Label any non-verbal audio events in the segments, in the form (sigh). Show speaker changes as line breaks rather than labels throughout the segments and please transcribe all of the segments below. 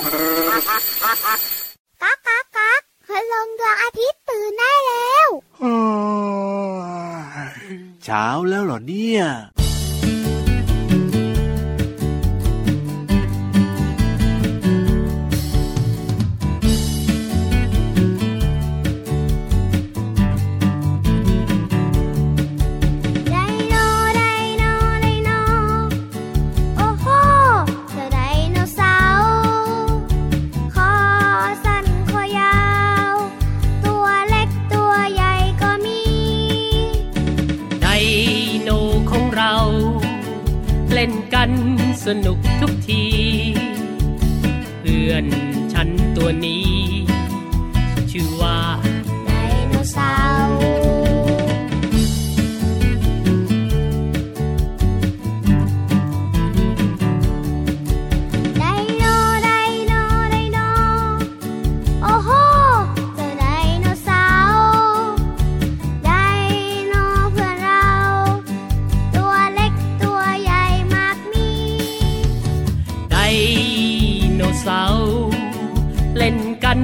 กักกักกักพลงดวงอาทิตย์ตื่นได้แล้ว
เช้าแล้วเหรอเนี่ย
ไดโนไดโนไดโนโอ้โหเจ้าไดโนเสาร์คอสั้นคอยาว ตัวเล็กตัวใหญ่ก็มี
ไดโนของเรา เล่นกันสนุกทุกที เพื่อนฉันตัวนี้ ชื่อว่า
ไดโนเสาร์ไดโนไดโนไดโน โอ้โหเจ้าไดโนเสาร์ไดโนเพื่อนเรา ตัวเล็กตัวใหญ่มากมี
ไดโนเสาร์เล่นกัน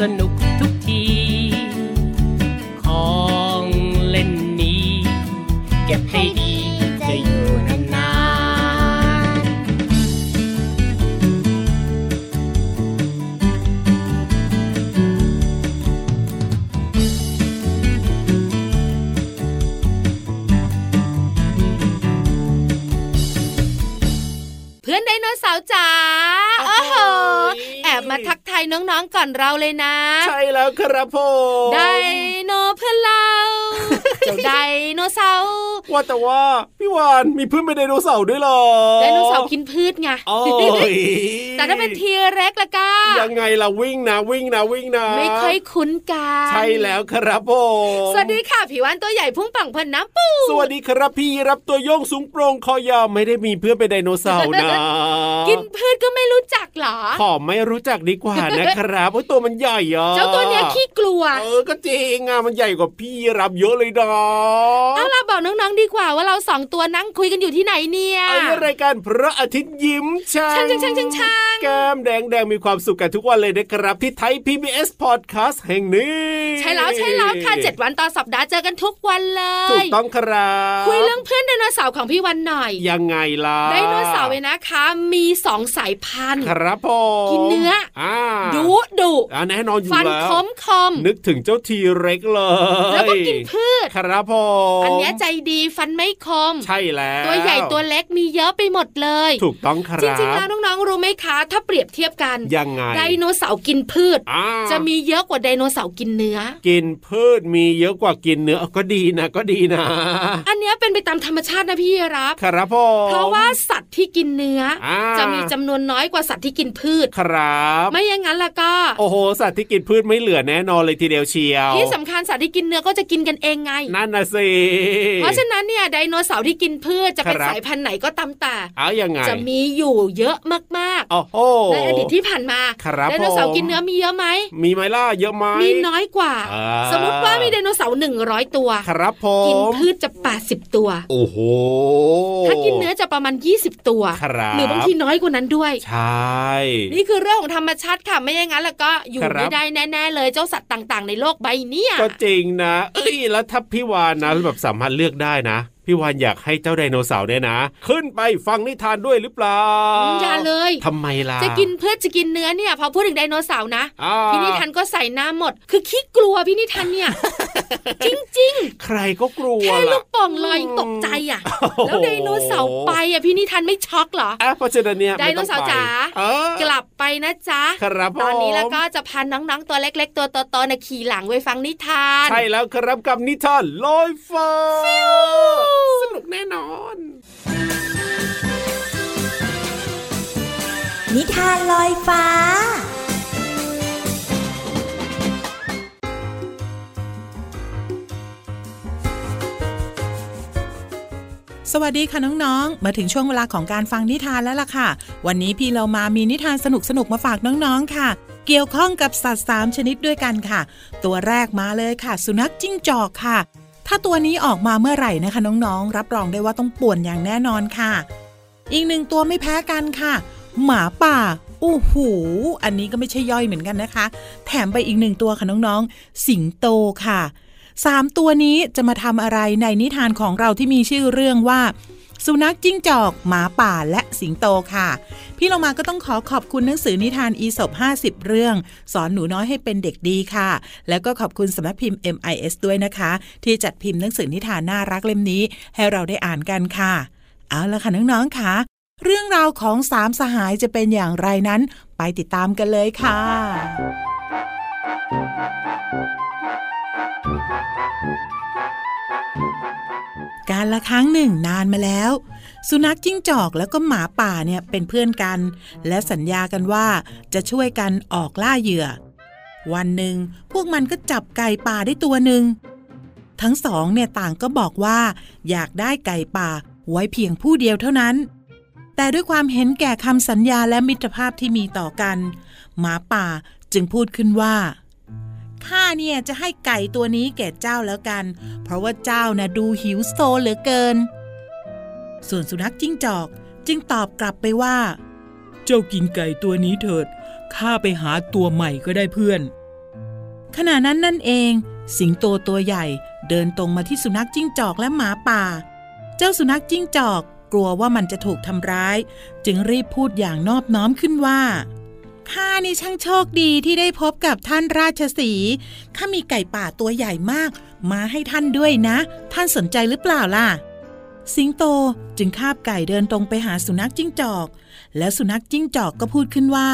สนุกทุกที ของเล่นนี้ เก็บให้ดีจะอยู่นานๆ
เพื่อนไดโนเสาร์จ๋า
โอ้
โอ้โ
โห
ห แอบมาทักทายน้องๆก่อนเราเลยนะ
ใช่แล้วครับผม
ไดโนเพื่อนเรา เจ้าไดโนเสาร์
ว่าแต่ว่าพี่วานมีเพื่อนเป็นไดโนเสาร์ด้วยเหรอ
ไดโนเสาร์กินพืชไง
โอ้ย
แต่ถ้าเป็นทีเร็กซ์ละก็
ยังไงล่ะวิ่งนะวิ่งนะวิ่งนะ
ไม่ค่อยคุ้นกัน
ใช่แล้วครับผม
สวัสดีค่ะผิววันตัวใหญ่พุ่งป่องพอนน้ำปู
สวัสดีครับพี่รับตัวโยงสูงโปร่งคอยาวไม่ได้มีเพื่อนเป็นไดโนเสาร์นะ
กินพืชก็ไม่รู้จักเหรอ
ขอไม่รู้จักดีกว่า
(laughs)
นะครับเพราะตัวมันใหญ่อะ
เจ้าตัวเนี้ยขี้กลัว
เออก็จริงอะมันใหญ่กว่าพี่รับเยอะเลยดอ
เอาล่ะบอกน้องๆดีกว่าว่าเราสองตัวนั่งคุยกันอยู่ที่ไหนเนี่ย
อันนี้รายการพระอาทิตย์ยิ้มช่าง
ช่างช่างช่างช่างช่าง
แก้มแดงแดงมีความสุขกันทุกวันเลยนะครับ ที่ไทย PBS Podcast แห่งนี้
ใช่แล้วใช่แล้วค่ะเจ็ดวันต่อสัปดาห์เจอกันทุกวันเล
ถู
ย
กต้องครับ
คุยเรื่องเพื่อนไดโนเสาร์ของพี่วันหน่อย
ยังไงล่ะ
ไดโนเสาร์เนี่ยนะคะ มีสองสายพันธุ์
ครับผม
กินเนื้อ
อ่า
ดุดุ
อ่าแน่นอนอยู่
ฟัน
แล้ว
คมคม
นึกถึงเจ้าทีเร็กเลย
แล้วก็กินพืช
ครับผม
อันเนี้ยใจดีฟันไม่คม
ใช่แล้ว
ตัวใหญ่ตัวเล็กมีเยอะไปหมดเลย
ถูกต้องครับ
จริงๆแล้วน้องๆรู้ไหมคะ ถ้าเปรียบเทียบกัน
ยังไง
ไดโนเสาร์กินพืช
อ่า
จะมีเยอะกว่าไดโนเสาร์กินเนื้อ
กินพืชมีเยอะกว่ากินเนื้อ (laughs) ก็ดีนะก็ดีนะ (laughs)
อันเนี้ยเป็นไปตามธรรมชาตินะพี่รับ
ครับผม
เพราะว่าสัตว์ที่กินเนื้ออา จะมีจำนวนน้อยกว่าสัตว์ที่กินพืช
ครับ
ไม่อย่างนั้นล่ะก็
โอ้โห สัตว์ที่กินพืชไม่เหลือแน่นอนเลยทีเดียวเชียว
ที่สำคัญสัตว์ที่กินเนื้อก็จะกินกันเองไง
นั่นนะสิ
เพราะฉะนั้นเนี่ยไดโนเสาร์ที่กินพืชจะเป็น
ครับ
สายพันธุ์ไหนก็ตามแต่
เอายังไง
จะมีอยู่เยอะมาก
โอ้โห
ๆ ในอดีตที่ผ่านมา
ครับ
ไดโนเสาร์
ผม
กินเนื้อมีเยอะไหม
มีไหมล่ะเยอะไหม
มีน้อยกว่า
อ่า
สมมติว่ามีไดโนเสาร์หนึ่งร้อยตัว
ครับผ
กิน
ม
พืชจะ80 ตัว
โอ้โห
ถ้ากินเนื้อจะประมาณ 20 ตัว
ครับ
หรือบางทีน้อยกว่านั้นด้วย
ใช่
นี่คือเรื่องของธรรมชาติค่ะไม่อย่างนั้นแล้วก็อยู่
ครับ
ไม่ได้แน่ๆเลยเจ้าสัตว์ต่างๆ ในโลกใบเนี้ย
ก็จริงนะ เอ้ย แล้วถ้าพี่วานนะแบบสามารถเลือกได้นะ พี่วานอยากให้เจ้าไดโนเสาร์เนี่ยนะ ขึ้นไปฟังนิทานด้วยหรือเปล่า
อย่าเลย
ทำไมล่ะ
จะกินเพื่อจะกินเนื้อเนี่ยพอพูดถึงไดโนเสาร์นะ
อ่า
พี่นิทานก็ใส่หน้าหมด คือขี้กลัวพี่นิทานเนี่ย
(laughs)
จริง
ใครก็กลั
ๆ
ว
แค่ลู
ล่ะ
กโป่องลอยยังตกใจอ่ะ
โอ้โห
แล้วไดโนเสาร์ไปอ่ะพี่นิทานไม่ช็อกเหรอ
อ่ะเพราะฉะนั้นเนี่ย
ไดโนเสาร์จ๋า
เออก
ลับไปนะจ๊ะ
ครับผม
ตอนนี้แล้วก็จะพาน้องๆตัวเล็ก ๆ ตัวโตๆนะขี่หลังไว้ฟังนิทาน
ใช่แล้วครับกับนิทานลอยฟ้าสนุกแน่นอน
นิทานลอยฟ้า
สวัสดีค่ะน้องๆ มาถึงช่วงเวลาของการฟังนิทานแล้วล่ะค่ะ วันนี้พี่เรามามีนิทานสนุกๆ มาฝากน้องๆ ค่ะ เกี่ยวข้องกับสัตว์ 3 ชนิดด้วยกันค่ะ ตัวแรกมาเลยค่ะ สุนัขจิ้งจอกค่ะ ถ้าตัวนี้ออกมาเมื่อไหร่นะคะ น้องๆ รับรองได้ว่าต้องป่วนอย่างแน่นอนค่ะ อีกหนึ่งตัวไม่แพ้กันค่ะ หมาป่า โอ้โห อันนี้ก็ไม่ใช่ย่อยเหมือนกันนะคะ แถมไปอีกหนึ่งตัวค่ะน้องๆ สิงโตค่ะสามตัวนี้จะมาทำอะไรในนิทานของเราที่มีชื่อเรื่องว่า สุนัขจิ้งจอก หมาป่าและสิงโตค่ะ พี่เรามาก็ต้องขอขอบคุณหนังสือนิทานอีสบ50 เรื่อง สอนหนูน้อยให้เป็นเด็กดีค่ะ แล้วก็ขอบคุณสำนักพิมพ์ MIS ด้วยนะคะ ที่จัดพิมพ์หนังสือนิทานน่ารักเล่มนี้ ให้เราได้อ่านกันค่ะ เอาละค่ะน้องๆค่ะ เรื่องราวของสามสหายจะเป็นอย่างไรนั้น ไปติดตามกันเลยค่ะ การละครั้งหนึ่งนานมาแล้ว สุนัขจิ้งจอกแล้วก็หมาป่าเนี่ยเป็นเพื่อนกัน และสัญญากันว่าจะช่วยกันออกล่าเหยื่อ วันหนึ่งพวกมันก็จับไก่ป่าได้ตัวหนึ่ง ทั้งสองเนี่ยต่างก็บอกว่าอยากได้ไก่ป่าไว้เพียงผู้เดียวเท่านั้น แต่ด้วยความเห็นแก่คำสัญญาและมิตรภาพที่มีต่อกัน หมาป่าจึงพูดขึ้นว่า ข้าเนี่ยจะให้ไก่ตัวนี้แก่เจ้าแล้วกัน เพราะว่าเจ้านะดูหิวโซเหลือเกิน ส่วนสุนัขจิ้งจอกจึงตอบกลับไปว่า เจ้ากินไก่ตัวนี้เถิด ข้าไปหาตัวใหม่ก็ได้เพื่อน ขณะนั้นนั่นเอง สิงโตตัวใหญ่เดินตรงมาที่สุนัขจิ้งจอกและหมาป่า เจ้าสุนัขจิ้งจอกกลัวว่ามันจะถูกทำร้าย จึงรีบพูดอย่างนอบน้อมขึ้นว่า ข้านี่ช่างโชคดีที่ได้พบกับท่านราชสีห์ข้ามีไก่ป่าตัวใหญ่มาก มาให้ท่านด้วยนะ ท่านสนใจหรือเปล่าล่ะ สิงโตจึงคาบไก่เดินตรงไปหาสุนัขจิ้งจอก แล้วสุนัขจิ้งจอกก็พูดขึ้นว่า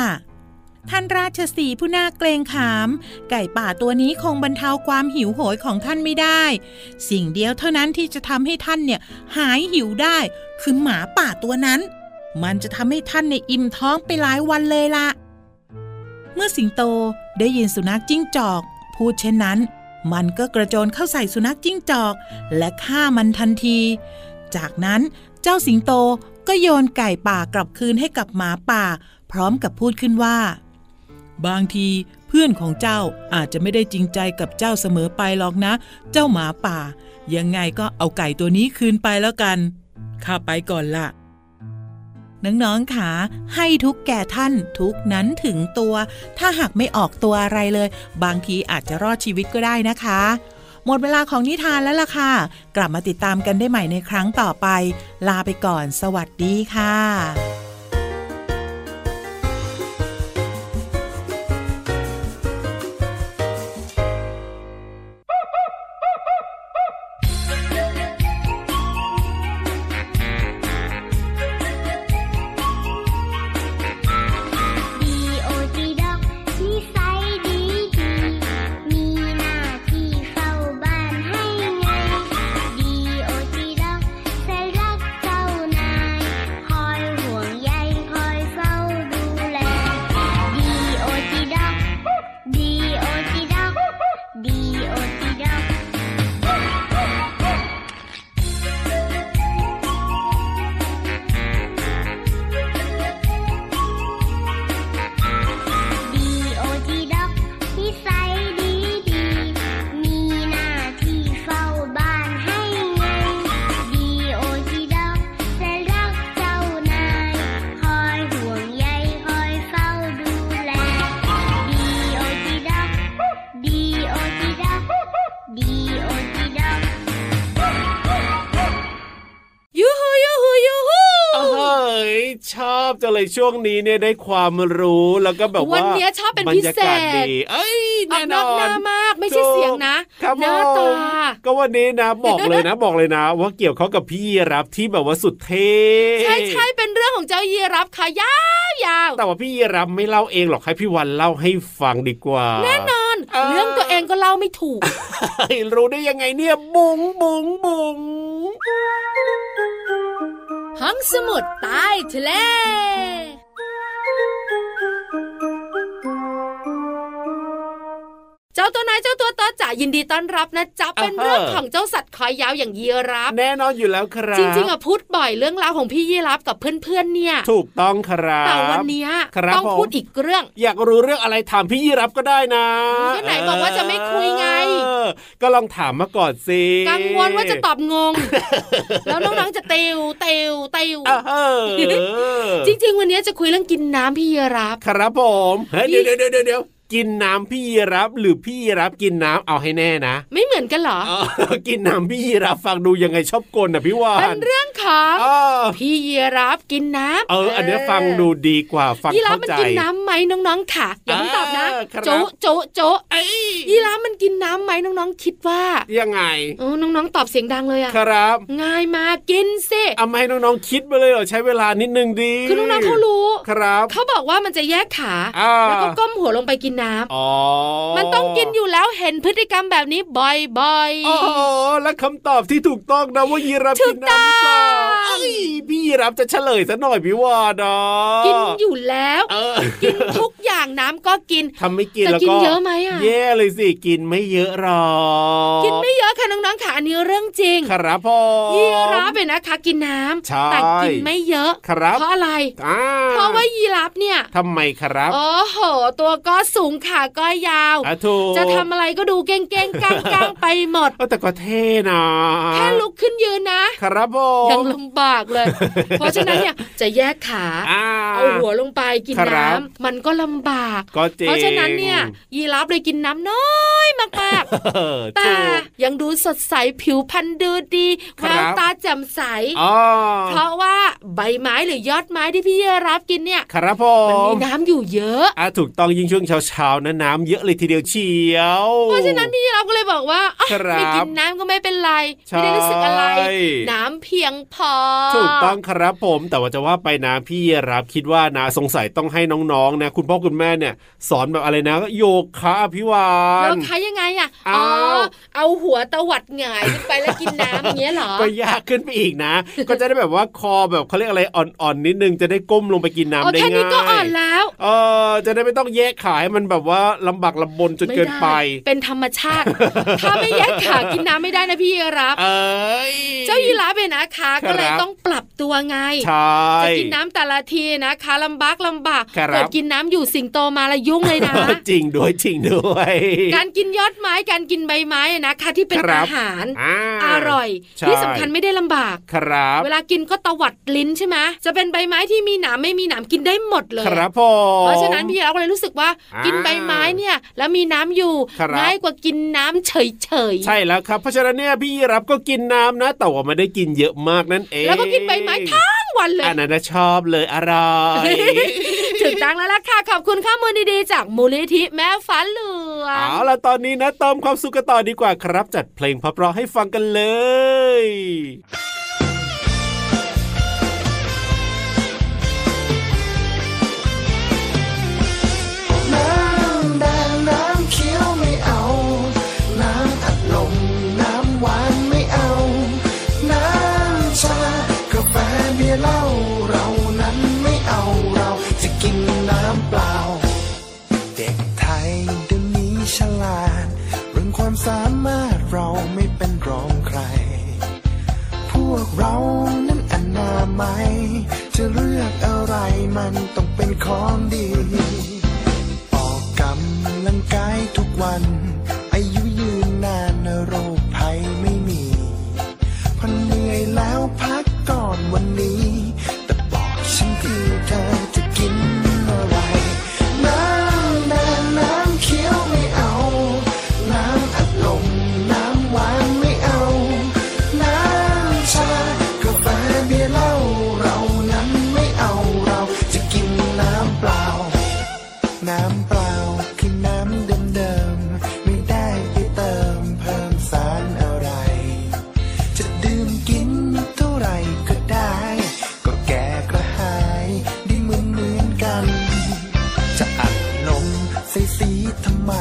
ท่านราชสีห์ผู้น่าเกรงขาม ไก่ป่าตัวนี้คงบรรเทาความหิวโหยของท่านไม่ได้ สิ่งเดียวเท่านั้นที่จะทำให้ท่านเนี่ยหายหิวได้ คือหมาป่าตัวนั้น มันจะทำให้ท่านในยอิ่มท้องไปหลายวันเลยล่ะ เมื่อสิงโตได้ยินสุนัขจิ้งจอก พูดเช่นนั้น มันก็กระโจนเข้าใส่สุนัขจิ้งจอก และฆ่ามันทันที จากนั้นเจ้าสิงโตก็โยนไก่ป่ากลับคืนให้กับหมาป่า พร้อมกับพูดขึ้นว่า บางทีเพื่อนของเจ้าอาจจะไม่ได้จริงใจกับเจ้าเสมอไปหรอกนะ เจ้าหมาป่า ยังไงก็เอาไก่ตัวนี้คืนไปแล้วกันข้าไปก่อนละ น้องๆค่ะให้ทุกแก่ท่านทุกนั้นถึงตัว ถ้าหากไม่ออกตัวอะไรเลย บางทีอาจจะรอดชีวิตก็ได้นะคะ หมดเวลาของนิทานแล้วล่ะค่ะ กลับมาติดตามกันได้ใหม่ในครั้งต่อไป ลาไปก่อน สวัสดีค่ะ
D.O.D. ด็อกนิสัยดีดีมีหน้าที่เฝ้าบ้านให้ไง D.O.D. ด็อกใจรักเจ้านายคอยห่วงใยคอยเฝ้าดูแล D.O.D. ด็อก D.O.D. ด็อก D.O.D. ด็อก D.O.D. ด็อกนิสัยดีดีมีหน้าที่เฝ้าบ้านให้ไง D.O.D. ด็อกจะรักเจ้านายคอยห่วงใยคอยเฝ้าดูแล D.O.D. ด็อก D.O.D. ด็อก D.O.D. ด็อก
ยูฮูยูฮูยูฮู
เอ้ยชอบจังเลยช่วงนี้เนี่ยได้ความรู้แล้วก็แบบ
วั
ว่าน
เนี้ยชอบเป็น
บร
พิ
รยา
เศ
กาศ
ษ
ดีเอ้ย
ออกน
แน่น
อก
อ
หน้าน มากไม่ใช่เสียงนะครับ หน้า
ผ
ตา
มก็วันนี้นะบอกเลยนะ บอกเลยนะ ว่าเกี่ยวข้องกับพี่ยีรับที่แบบว่าสุดเท่
ใช่ใช่เป็นเรื่องของเจ้ายีรับค่ะยาวยาว
แต่ว่าพี่ยีรับไม่เล่าเองหรอกให้พี่วันเล่าให้ฟังดีกว่า
แน่นอน
เออ
เรื่องตัวเองก็เล่าไม่ถูก
เฮ้ยรู้ได้ยังไงเนี่ยบุงบุงบุง
ห้องสมุดใต้ทะเล เจ้าตัวนายเจ้าตัวโตใจ จ๋ายินดีต้อนรับนะจ๊ะเป็น
อ่าฮะ
เรื่องของเจ้าสัตว์คอยาวอย่างยีราฟ
แน่นอนอยู่แล้วครับ
จริงๆอ่ะพูดบ่อยเรื่องราวของพี่ยีราฟกับเพื่อนๆเนี่ย
ถูกต้องครับ
แต่วันเนี้ย
ครับ
ต้อง
ผม
พูดอีกเรื่อง
อยากรู้เรื่องอะไรถามพี่ยีรับก็ได้นะ
ก็ไหนบอกว่าจะไม่คุยไง
เออก็ลองถามมาก่อนสิ
กังวลว่าจะตอบง
(laughs)
ง แล้วน้องๆจะเตวเตวเตว
อ่ะเออ
จริง ๆ วันเนี้ยจะคุยเรื่องกินน้ำพี่ยีรับ
ครับผมเฮ้ย
พี่
เดี๋ยวเดี๋ยวเดี๋ยวเดี๋ยวกินน้ำพี่ยีรับหรือพี่ยีรับกินน้ำเอาให้แน่นะ
ไม่เหมือนกันเหรอ
เออกินน้ำพี่ยีรับฟังดูยังไงชอบกลนะพี่วา
เป็น
น
เรื่องของ
เออ
พี่ยีรับกินน้ำ
เออ อันเนี้ยฟังดูดีกว่าฟัง
ยีราฟ
เข้า
มัน
ใจ
กินน้ำไหมน้องๆค่ะอย่าเพิ่งตอบนะ
อ่าครับ
โจะโจะโจะ
เอ้ย
ยีราฟมันกินน้ำไหมน้องๆคิดว่า
ยังไง
เออน้องๆตอบเสียงดังเลยอะ
ครับ
ง่ายมากกินสิ
เอามาให้น้องๆคิดไปเลยเหรอใช้เวลานิดนึงดี
คือน้องๆเขารู้
ครับ
เขาบอกว่ามันจะแยกขา
อ่า
แล้วก็ก้มหัวลงไปกินน้ำ
อ๋อ
มันต้องกินอยู่แล้วเห็นพฤติกรรมแบบนี้บ่อย
อ๋อและคำตอบที่ถูกต้องนะว่ายีราฟกินน้ำหรือเปล่าเอ้ยพี่ยีราฟจะเฉลยซะหน่อยพี่วานอ่ะ
ๆ กินอยู่แล้ว
เออ
กินทุกอย่างน้ำก็กิน
ทำไม่กิน
แต่
แล้ว
กิน
ก็
เยอะไหมอะ
แย่เลยสิกินไม่เยอะหรอก
กินไม่เยอะค่ะน้องๆค่ะอันนี้เรื่องจริง
ครับพ่
ยีราฟเป็นยนะคะกินน้ำ
ใช่
แต่กินไม่เยอะ
ครับ
เพราะอะไร
อ่า
เพราะว่ายีราฟเนี่ย
ทำไมครับ
โอ้โห ตัวก็สูงขาก็ยาว
อ่ะถูก
จะทำอะไรก็ดูเก้งเก้งๆกลางกลางๆไปหมด
เอ้าแต่ก็เท่นะ
แค่ลุกขึ้นยืนนะครับ
ผ
ยัง
ม
ลำบากเลย เพราะฉะนั้นเนี่ยจะแยกขา
อ่า
เอาหัวลงไปกิน
ครั
น้ำ
บ
มันก็ลำบาก
ก็จริง
เพราะฉะนั้นเนี่ยยีราฟเลยกินน้ำน้อยมาก
เออ
ๆ แต่
ถูก
ยังดูสดใสผิวพรรณดูดี
ค
แว
รับ
วตาแจ่มใส
อ๋อ
เพราะว่าใบไม้หรือยอดไม้ที่พี่ยีราฟกินเนี่ย
ครับผ
มันมี
ม
น้ำอยู่เยอะ
อ่ะถูกต้องยิ่งช่วงเช้าๆนะน้ำเยอะเลยทีเดียวเชียว
เพราะฉะนั้นพี่ยีราฟก็เลยบอกว่าอ๊ะ
ครับ
ไม่กินน้ำก็ไม่เป็นไร
ใช่
ไม่ได้รู้สึกอะไร น้ำเพียงพอ
ถูกต้องครับผม แต่ว่าจะว่าไปนะพี่รับคิดว่านะสงสัยต้องให้น้องๆนะคุณพ่อคุณแม่เนี่ย สอนแบบอะไรนะโยคะอภิวา
แล้
น
วคายังไงอ่ะอ๋อ
อ้าว
เอาหัวตวัดหงายขึ้นไปแล้วกินน้ำอย่างเงี้ยเหรอ
ก็ยากขึ้นไปอีกนะ ก็จะได้แบบว่าคอแบบเขาเรียกอะไรอ่อนๆนิดนึงจะได้ก้มลงไปกิน
อ๋อ
น้ำได้
แค่
ง่าย
นี้ก็อ่อนแล้ว
เออจะได้ไม่ต้องแยกขายมันแบบว่าลำบากลำบนจนเกินไป
ม่ด้เป็นธรรมชาติ ถ้าไม่แยกขากินน้ำไม่ได้นะพี่รับ
เอ้ย
เจ้ายีราฟเป็นยนะคะ
ครับ
ก็เลยต้องปรับตัวไง
ใช่
จะกินน้ำแต่ละทีนะคะลำบากลำบาก
ครับ
เกิดกินน้ำอยู่สิงโตมาละยุ่งเลยนะ
(laughs) จริงด้วยจริงด้วย
การกินยอดไม้การกินใบไม้อะนะคะ ที่เป็น
ครั
อา
บ
หาร
อา
อร่อย
ใช่
ที่สำคัญไม่ได้ลำบาก
ครับ
เวลากินก็ตวัดลิ้นใช่ไหมจะเป็นใบไม้ที่มีหนามไม่มีหนามกินได้หมดเลย
ครับผม
เพราะฉะนั้นพี่เราก็เลยรู้สึกว่า
อ่ากิ
กินใบไม้เนี่ยแล้วมีน้ำอยู่
ครับ
ง่ายกว่ากินน้ำเฉยๆ
ใช่แล้วครับ เพราะฉะนั้นเนี่ยพี่รับก็กินน้ำนะ แต่ว่าไม่ได้กินเยอะมากนั่นเอง
แล้วก็กินใบไม้ทั้งวันเลย
อันนั้นนะชอบเลยอร่อย
(laughs) ถึงตังแล้วล่ะค่ะ ขอบคุณข้อมูลดีๆ จากมูลนิธิแม่ฟ้าเหลือง
เอาล่ะตอนนี้นะเติมความสุขกันต่อดีกว่าครับ จัดเพลงเพราะๆให้ฟังกันเลย
น้ำแดงน้ำเขียวไม่เอา น้ำอัดลมน้ำหวานไม่เอา น้ำชากาแฟเบียร์เหล้าเรานั้นไม่เอาเราจะกินน้ำเปล่า เด็กไทยเดี๋ยวนี้ฉลาด เรื่องความสามารถเราไม่เป็นรองใคร พวกเรานั้นอนามัยจะเลือกอะไรมันต้องเป็นของดี ออกกำลังกายทุกวัน อายุยืนนานโรคภัยไม่มีพอเหนื่อยแล้วพักก่อนวันนี้ แต่บอกฉันทีเธอจะกินอะไร น้ำแดงน้ำเขียวไม่เอา น้ำอัดลมน้ำหวานไม่เอา น้ำชากาแฟเบียร์เหล้าเรานั้นไม่เอาเราจะกินน้ำเปล่า น้ำเปล่าคือน้ำเดิมๆ ไม่ได้ไปเติมเพิ่มสารอะไร จะดื่มกินเท่าไหร่ก็ได้ ก็แก่กระหายดีเหมือนเหมือนๆกัน จะอัดลมใส่สีทำไม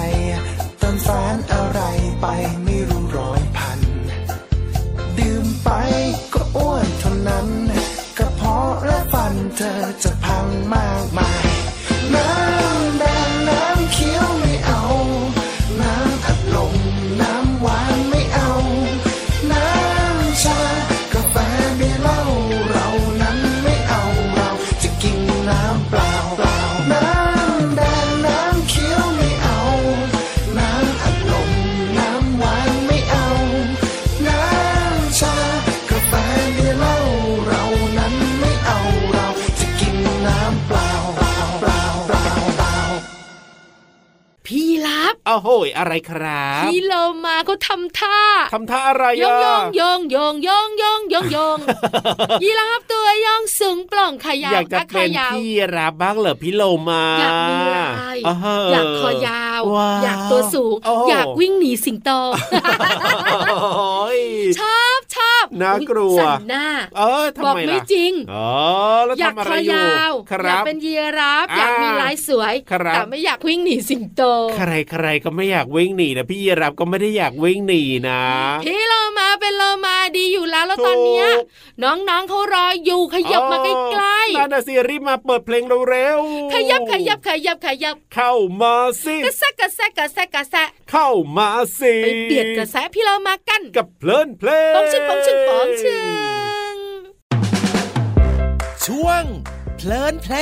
เติมสารอะไรไปไม่รู้ร้อยพัน ดื่มไปก็อ้วนเท่านั้นกระเพาะและฟันเธอจะพังมากมาย น้ำแดงน้ำเขียวไม่เอา น้ำอัดลมน้ำ
อ้าวโหยอะไรครับ
พี่เรามาเขาทำท่า
ทำท่าอะไร
โยง
อ่ะ
โยงโยงโยงโยงโยงโยงโยงยีราฟตัวโยองสูงปล่องขยาว
อยากจะ
และข
เป็น
ยาว
พี่รับบ้างเหรอพี่โลมา
อยากมีลาย
อ่าฮะ
อยากคอ
(laughs)
ยาว
ว้
อยากตัวสูง
โโห
อยากวิ่งหนีสิงโต
โอ้ย
ชอบชอบ
น่ากลัว
อุ๊ยสั่นหน้า
เออทำ
บอก
ไม
ไม่
ล่ะ
จริง
อ๋อแล้ว
อยาก
ทำอะ
ค
ไร
อ
อยู่
ยาว
ค
อยา
รั
ก
บ
เป็นยีราฟ
อ่า
อยากมีลายสวย
ครับ
แต่ไม่อยากวิ่งหนีสิงโต
ใครใครก็ไม่อยากวิ่งหนีนะพี่ยีรับก็ไม่ได้อยากวิ่งหนีนะ
พี่เรามาเป็นเรามาดีอยู่แล้วแล้วตอนเนี้ย
ถูก
น้องๆเขารออยู่ขยับมาใกล้
ๆนั่นนะสิรีบมาเปิดเพลงเร็ว
ๆ
ๆ
ขยับขยับขยับขยับ
เข้ามาสิ
กระแซะกระแซะกระแซะกระแซะ
เข้ามาสิ
ไปเบียดกระแซะพี่เรามากัน
กับเพลินเพลง
ปองชึงปองชึงปองชึง
ช่วง เพลินเพล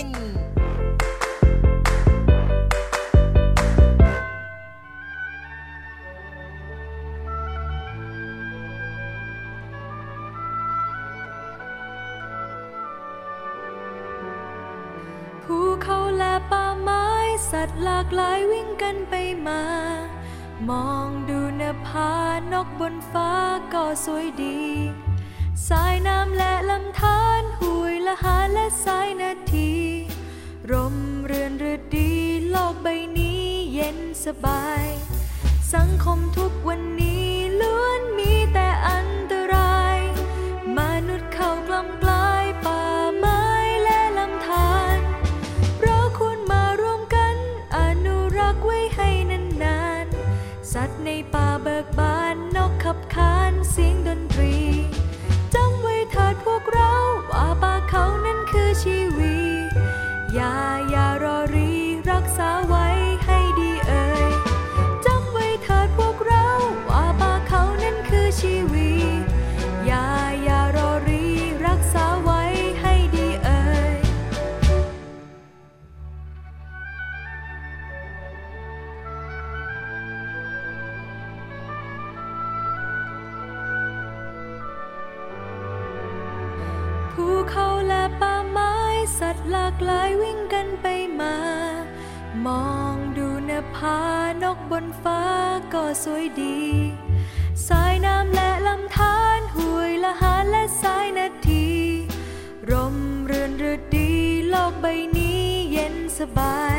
ง
ภูเขาและป่าไม้สัตว์หลากหลายวิ่งกันไปมา มองดูเนภานกบนฟ้าก็สวยดี สายน้ำและลำธารห้วยละหาและสายนาที ร่มเรือนฤดีโลกใบนี้เย็นสบาย สังคมทุกวันนี้ล้วนมีแต่อันตราย มนุษย์เข้ากลำกลายป่าไม้และลำธาร เราควรมาร่วมกัน อนุรักษ์ไว้ให้นานๆ สัตว์ในป่าเบิกบานนกขับขานเสียงดนตรี จำไว้เถิดพวกเราว่าป่าเขานั้นคือชีวีอย่าอย่ารอรีรักษาไว้ให้ดีเอ่ย จำไว้เถิดพวกเราว่าป่าเขานั้นคือชีวีอย่าอย่ารอรีรักษาไว้ให้ดีเอ่ย ภูเขาและป่าไม้สัตว์หลากหลายวิ่งกันไปมา มองดูเนภานกบนฟ้าก็สวยดี สายน้ำและลำธารห้วยละหาและสายนาที ร่มเรือนฤดีโลกใบนี้เย็นสบาย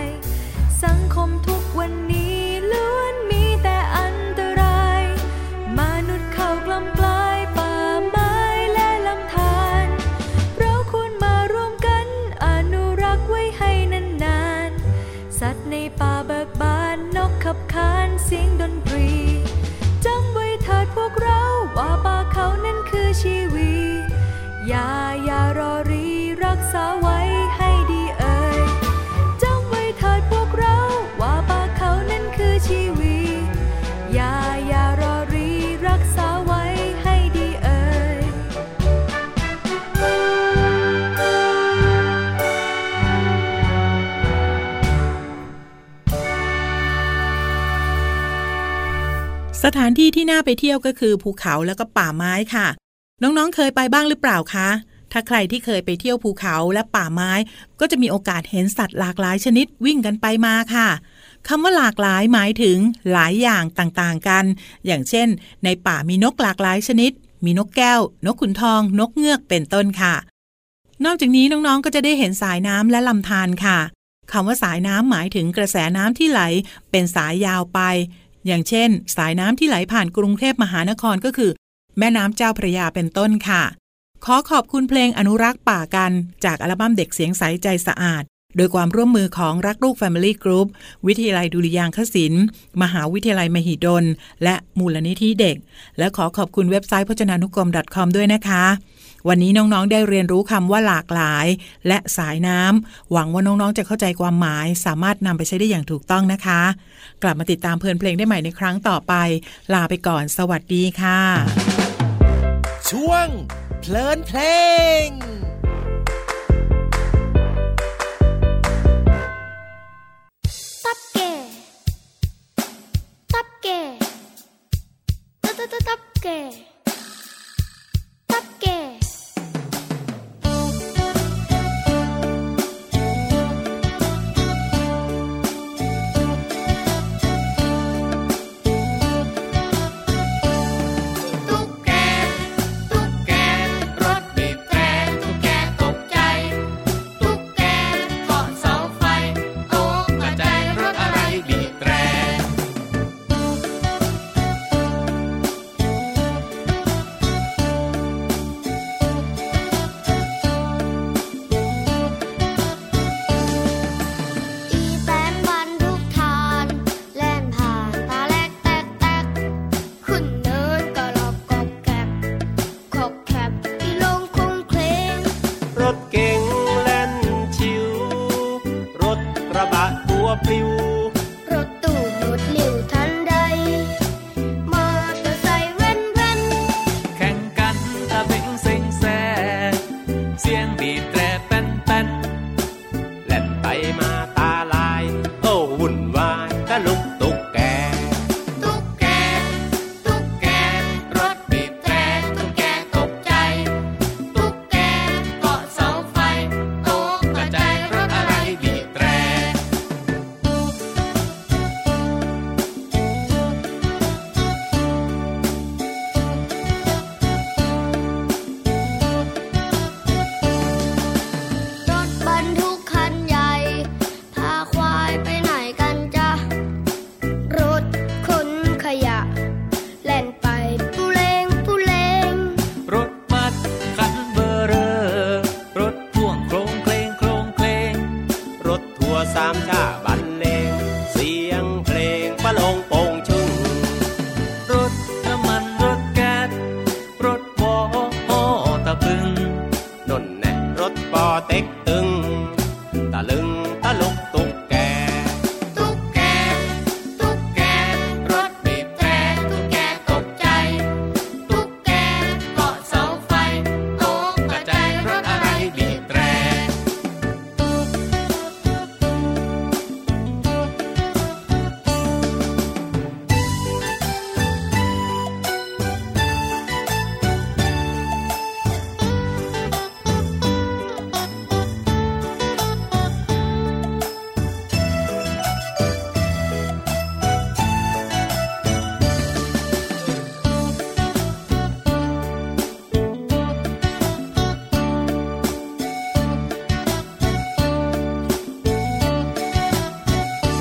สังคมทุกวันนี้ล้วนมีแต่อันตราย มนุษย์เข้ากลำกลายป่าไม้และลำธารเราควรมาร่วมกันอนุรักษ์ไว้ให้นานๆ สัตว์ในป่าเบิกบานนกขับขานเสียงดนตรี จำไว้เถิดพวกเราว่าป่าเขานั้นคือชีวีอย่าอย่ารอรีรักษาไว้ให้ดีเอ่ย จำไว้เถิดพวกเราว่าป่าเขานั้นคือชีวีอย่าอย่ารอรีรักษาไว้ให้ดีเอ่ย
สถานที่ที่น่าไปเที่ยวก็คือภูเขาแล้วก็ป่าไม้ค่ะ น้องๆ เคยไปบ้างหรือเปล่าคะ ถ้าใครที่เคยไปเที่ยวภูเขาและป่าไม้ ก็จะมีโอกาสเห็นสัตว์หลากหลายชนิดวิ่งกันไปมาค่ะคำว่าหลากหลายหมายถึงหลายอย่างต่างๆกัน อย่างเช่น ในป่ามีนกหลากหลายชนิด มีนกแก้ว นกขุนทอง นกเงือกเป็นต้นค่ะ นอกจากนี้น้องๆ ก็จะได้เห็นสายน้ำและลำธารค่ะคำว่าสายน้ำหมายถึงกระแสน้ำที่ไหลเป็นสายยาวไป อย่างเช่น สายน้ำที่ไหลผ่านกรุงเทพมหานครก็คือ แม่น้ำเจ้าพระยาเป็นต้นค่ะ ขอขอบคุณเพลงอนุรักษ์ป่ากันจากอัลบั้มเด็กเสียงใสใจสะอาด โดยความร่วมมือของรักลูก Family Group วิทยาลัยดุริยางคศิลป์ มหาวิทยาลัยมหิดล และมูลนิธิเด็ก และขอขอบคุณเว็บไซต์พจนานุกรม .com ด้วยนะคะ วันนี้น้องๆ ได้เรียนรู้คำว่าหลากหลาย และสายน้ำหวังว่าน้องๆ จะเข้าใจความหมาย สามารถนำไปใช้ได้อย่างถูกต้องนะคะ กลับมาติดตามเพลินเพลงได้ใหม่ในครั้งต่อไป ลาไปก่อน สวัสดีค่ะ
ช่วง เพลินเพลง
ตับเก๋ตับเก๋ตับตับตับตับเก๋ตับเก๋
ปลิว
รถตู้ดูดหลิวทันใด มอเตอร์ไซค์แว่นแว่น
แข่งกันตะเบงเซ็งแซ่เสียงบีบแตรแป้นแป้นแล่นไปมาตาลาย โอ้วุ่นวายตะลุกตุกแก
ตุ๊กแก ตุ๊กแก
รถบีบแตรตุกแกตกใจ ตุกแกเกาะเสาไฟตกกระจายรถอะไรบีบแตร
รถบรรทุกคันใหญ่ พาควายไปไหนกันจ๊ะ รถขนขยะ แล่นไปปูเลงปูเลง
รถบัสคันเบอร์เรอ รถพ่วงโครงเคลงโครงเคลง รถทัวร์สามชาติบันเลง เสียงเพลงปะโลงโปงชึ่งรถน้ำมันรถแก๊สรถวออตะพึงนนแน่รถปอเต็กตึง ตะลึงตะลุกตุกแก ตุกแก ตุกแก รถบีบแตรตุกแกตกใจ ตุ๊กแกเกาะเสาไฟตกกระจายรถอะไรบีบแตร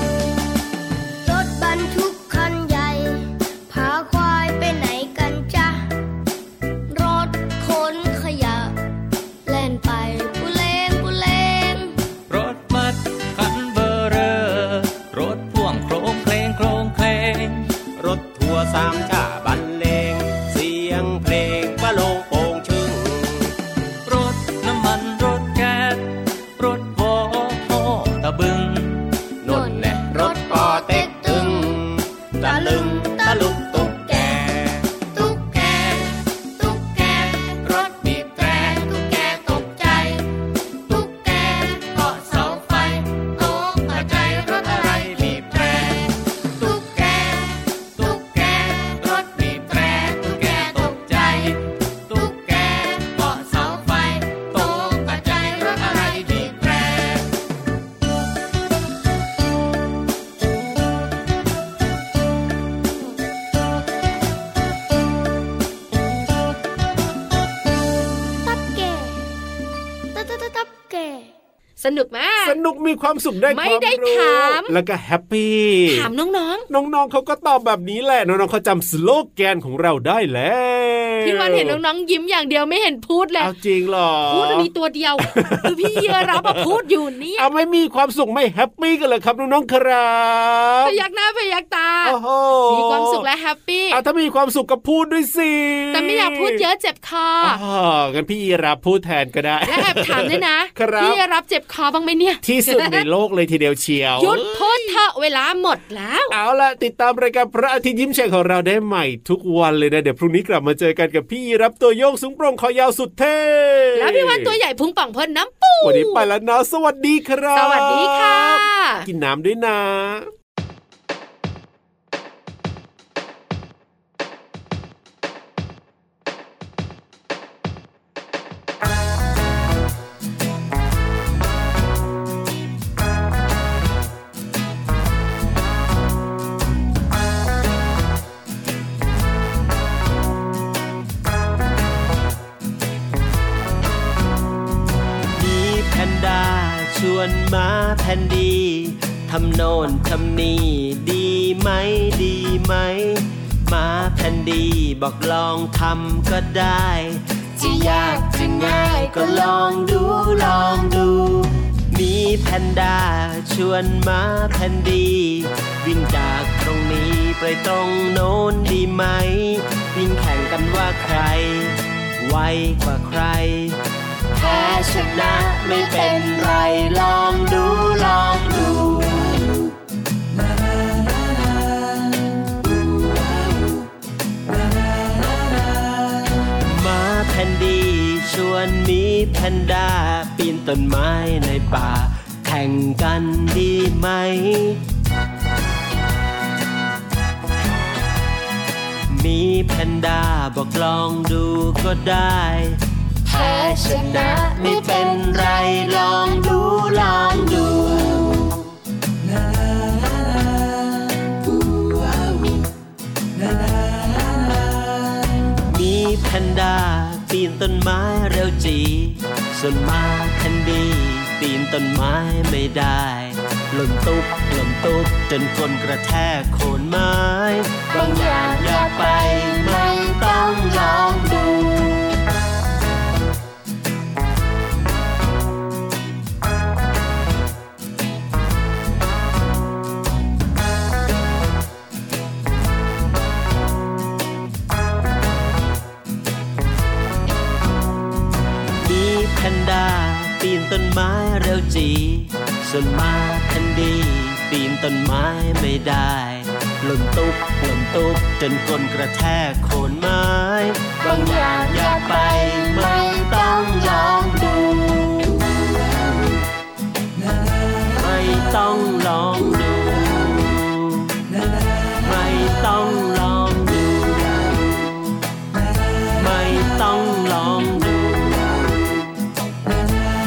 รถบรรทุกคันใหญ่ พาควายไปไหนกันจ๊ะ รถขนขยะ แล่นไปปุเลงปุเลง
รถมัดคันเบอร์เรอ รถพ่วงโครงเพลงโครงเพลง รถทัวร์สามชาติบันเลง เสียงเพลงปะโลงโปงชึ่งรถน้ำมันรถแก๊สรถวออตะบึงนนแน่รถปอเต็กตึง ตะลึงตะลุกตุกแก ตุ๊กแก ตุ๊กแก รถบีบแตรตุ๊กแกตกใจ ตุ๊กแกเกาะเสาไฟตกกระจายรถอะไรบีบแตรตุ๊กแก ตุ๊กแก รถบีบแตรตุ๊กแกตกใจ ตุ๊กแกเกาะเสาไฟตกกระจายรถอะไรบีบแตร
ตับเก่ตับตับตับตับเก่
สนุกไหม
สนุกมีความสุขได้
ไม่
ความ
ได้
รู้
ถาม
แล้วก็แฮปปี้
ถามน้อง
น้องๆเขาก็ตอบแบบนี้แหละน้องๆเขาจำสโลแกนของเราได้แล้ว
ๆพี่วันเห็นน้องๆยิ้มอย่างเดียวไม่เห็นพูดเลย
เอาจริงเหรอ
พูดมีตัวเดียวคือพี่เยรับอะพูดอยู่เนี่ย
เอาไม่มีความสุขไม่แฮปปี้กันเลยครับน้องๆครับ
พยักหน้าพยักตา
โอ้โห
มีความสุขและแฮปปี้
เอาถ้ามีความสุขก็พูดด้วยสิ
แต่ไม่อยากพูดเยอะเจ็บคอ
อ๋
อ
องั้นพี่รับพูดแทนก็ได้
และแอบถามด้วยนะครับ พี่เยรับเจ็บคอบ้างไหมเนี่ย
ที่สุดในโลกเลยทีเดียวเชียว
หยุดพูดเถอะเวลาหมดแล้ว
เอาล่ะ ติดตามรายการพระอาทิตย์ยิ้มแฉ่งของเราได้ใหม่ทุกวันเลยนะ เดี๋ยวพรุ่งนี้กลับมาเจอกันกับพี่รับตัวโยงสูงโปร่งคอยาวสุดเท่
แล้วพี่วันตัวใหญ่พุงป่องพ่นน้ำปู
วันนี้ไปแล้วนะสวัสดีครับ
สวัสดีค่ะ
กินน้ำด้วยนะ
มีแพนด้าชวนมาแพนดี ทำโน่นทำนี่ดีไหมดีไหมมาแพนดีบอกลองทำก็ได้ จะยากจะง่ายก็ลองดูลองดู มีแพนด้าชวนมาแพนดี วิ่งจากตรงนี้ไปตรงโน้นดีไหม วิ่งแข่งกันว่าใคร ไวกว่าใคร แพ้ชนะไม่เป็นไรลองดูลองดู นด้าปีนต้นไม้ในป่า แข่งกันดีไหม มีแพนด้าบอกลองดูก็ได้ แพ้ชนะไม่เป็นไรลองดูลองดู มีแพนด้าปีนต้นไม้เร็วจี ส่วนมาแคนดี้ปีนต้นไม้ไม่ได้หล่นตุ๊บหล่นตุ๊บจนคนกระแทกโคนไม้บางอย่างอย่าไปไม่ต้องลองดู มีแพนด้าปีนต้นไม้เร็วจี ส่วนมาแคนดี้ปีนต้นไม้ไม่ได้หล่นตุ๊บหล่นตุ๊บจนก้นกระแทกโคนไม้ บางอย่างอย่าไปไม่ต้องลองดู ไม่ต้องลองดู ไม่ต้องลองดู ไม่ต้องลองดู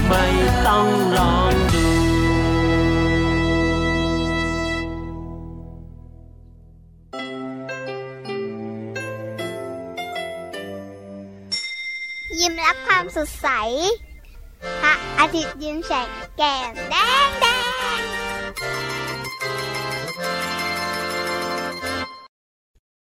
ไม่ต้องลองดู
ยิ้มรับความสดใส พระอาทิตย์ยิ้มแฉกแก้มแดงแด